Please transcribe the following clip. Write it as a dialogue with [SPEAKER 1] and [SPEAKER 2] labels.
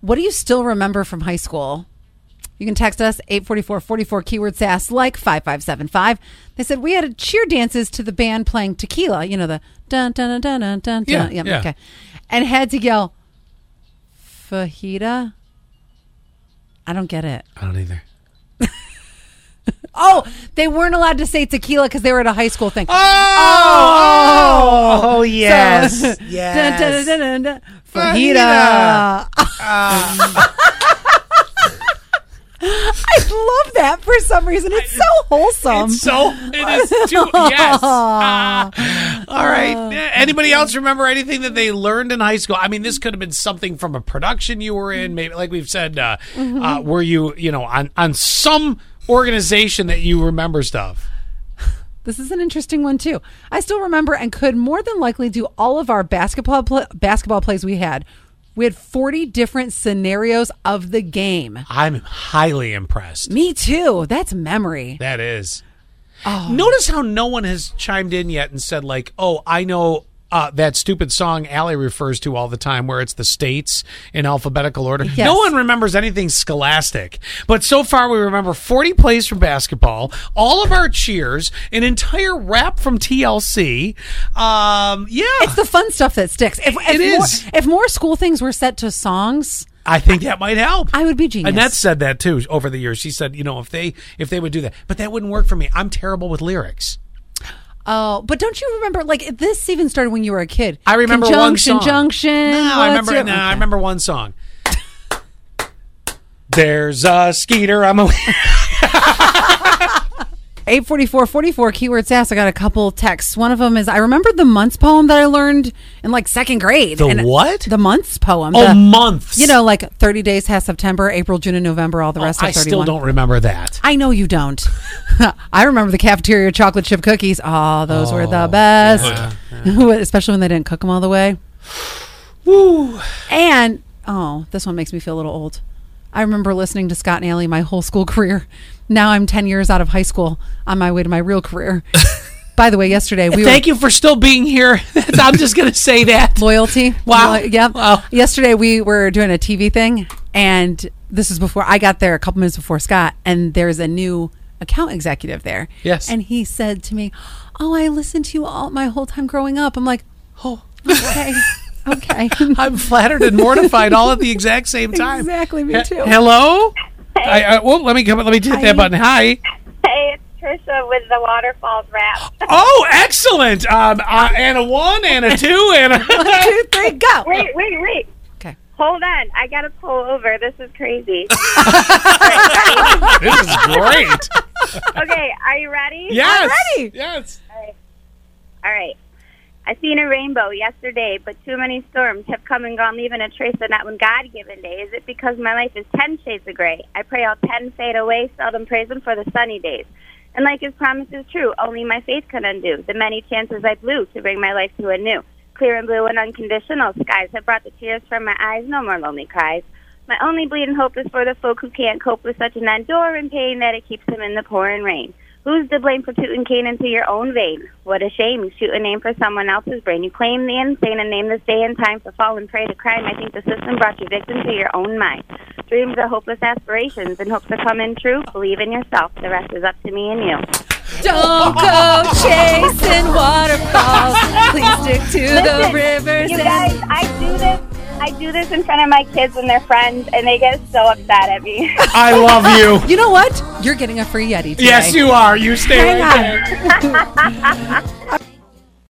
[SPEAKER 1] What do you still remember from high school? You can text us 844-44 keyword sass like 5575. They said we had cheer dances to the band playing tequila, you know the dun dun dun dun dun dun.
[SPEAKER 2] Yeah, yeah.
[SPEAKER 1] okay. And had to yell fajita. I don't get it.
[SPEAKER 2] I don't either.
[SPEAKER 1] Oh, they weren't allowed to say tequila because they were at a high school thing.
[SPEAKER 2] Oh,
[SPEAKER 1] Oh,
[SPEAKER 2] yes,
[SPEAKER 1] So-
[SPEAKER 2] yes.
[SPEAKER 1] Dun, dun, dun, dun, dun.
[SPEAKER 2] Fajita.
[SPEAKER 1] Fajita. Ah. I love that for some reason. It's so wholesome.
[SPEAKER 2] so it is too. Yes. Ah. all right. Anybody else remember anything that they learned in high school? I mean, this could have been something from a production you were in. Maybe, like we've said, uh, uh, were you, you know, on on some organization that you remember stuff?
[SPEAKER 1] This is an interesting one too. I still remember and could more than likely do all of our basketball pl- basketball plays we had. We had 40 different scenarios of the game.
[SPEAKER 2] I'm highly impressed.
[SPEAKER 1] Me too. That's memory.
[SPEAKER 2] That is.
[SPEAKER 1] Oh.
[SPEAKER 2] Notice how no one has chimed in yet and said like, "Oh, I know." Uh, that stupid song Allie refers to all the time, where it's the states in alphabetical order.
[SPEAKER 1] Yes.
[SPEAKER 2] No one remembers anything scholastic, but so far we remember 40 plays from basketball, all of our cheers, an entire rap from TLC. Um, yeah,
[SPEAKER 1] It's the fun stuff that sticks. If, if
[SPEAKER 2] It
[SPEAKER 1] more,
[SPEAKER 2] is.
[SPEAKER 1] If more school things were set to songs,
[SPEAKER 2] I think that might help.
[SPEAKER 1] I would be genius.
[SPEAKER 2] Annette said that too over the years. She said, you know, if they if they would do that, but that wouldn't work for me. I'm terrible with lyrics.
[SPEAKER 1] Oh, but don't you remember? Like this even started when you were a kid.
[SPEAKER 2] I remember one
[SPEAKER 1] Conjunction,
[SPEAKER 2] song.
[SPEAKER 1] Junction.
[SPEAKER 2] No, I
[SPEAKER 1] what's
[SPEAKER 2] remember.
[SPEAKER 1] your-
[SPEAKER 2] no,
[SPEAKER 1] okay.
[SPEAKER 2] I remember one song. There's a skeeter. I'm a.
[SPEAKER 1] 844 44 keyword sass. I got a couple texts. One of them is I remember the months poem that I learned in like second grade.
[SPEAKER 2] The
[SPEAKER 1] And-
[SPEAKER 2] what?
[SPEAKER 1] The months poem.
[SPEAKER 2] oh,
[SPEAKER 1] The-
[SPEAKER 2] months.
[SPEAKER 1] You know, like 30 days has September, April, June, and November, all the rest
[SPEAKER 2] Oh, I
[SPEAKER 1] of 31.
[SPEAKER 2] still don't remember that.
[SPEAKER 1] I know you don't. I remember the cafeteria chocolate chip cookies. Oh, those were the best. Especially when they didn't cook them all the way.
[SPEAKER 2] Woo.
[SPEAKER 1] And oh, this one makes me feel a little old. I remember listening to Scott and Allie my whole school career. Now I'm 10 years out of high school on my way to my real career. By the way, yesterday we were
[SPEAKER 2] Thank you for still being here. I'm just gonna say that.
[SPEAKER 1] loyalty.
[SPEAKER 2] Wow.
[SPEAKER 1] Loy- yep.
[SPEAKER 2] Wow.
[SPEAKER 1] Yesterday we were doing a TV thing, and this is before I got there a couple minutes before Scott, and there's a new account executive there.
[SPEAKER 2] Yes.
[SPEAKER 1] And he said to me, "Oh, I listened to you all my whole time growing up." I'm like, "Oh, okay, okay."
[SPEAKER 2] I'm flattered and mortified all at the exact same time.
[SPEAKER 1] Exactly, me
[SPEAKER 2] He-
[SPEAKER 1] too.
[SPEAKER 2] hello. I, I, well, let me come. Let me hit that button. Hi.
[SPEAKER 3] Hey, it's Trisha with the Waterfalls rap.
[SPEAKER 2] Oh, excellent. Um, uh, and a one, and a two, and a.
[SPEAKER 1] Two, three, go.
[SPEAKER 3] Wait, wait, wait.
[SPEAKER 1] Okay.
[SPEAKER 3] Hold on. I got to pull over. This is crazy.
[SPEAKER 2] this is great.
[SPEAKER 3] okay, are you ready?
[SPEAKER 2] Yes.
[SPEAKER 1] ready.
[SPEAKER 2] Yes.
[SPEAKER 3] All right. I seen a rainbow yesterday, but too many storms have come and gone, leaving a trace on that one God-given day. Is it because my life is ten shades of gray? I pray all ten fade away, seldom praise him for the sunny days. And like his promise is true, only my faith can undo the many chances I blew to bring my life to a new. Clear and blue and unconditional skies have brought the tears from my eyes, no more lonely cries. My only bleeding hope is for the folk who can't cope with such an enduring pain that it keeps them in the pouring rain. Who's to blame for tooting cane into your own vein? What a shame. You shoot a name for someone else's brain. You claim the insane and name this day and time for falling prey to crime. I think the system brought you victim to your own mind. Dreams are hopeless aspirations and hopes are coming true. Believe in yourself. The rest is up to me and you.
[SPEAKER 1] Don't go chasing waterfalls. Please stick to the
[SPEAKER 3] Listen,
[SPEAKER 1] rivers.
[SPEAKER 3] You
[SPEAKER 1] and-
[SPEAKER 3] guys, I do this. I do this in front of my kids and their friends, and they get so upset at me.
[SPEAKER 2] I love you.
[SPEAKER 1] you know what? You're getting a free Yeti today.
[SPEAKER 2] Yes, you are. You stay
[SPEAKER 1] Hang
[SPEAKER 2] right there.
[SPEAKER 1] on.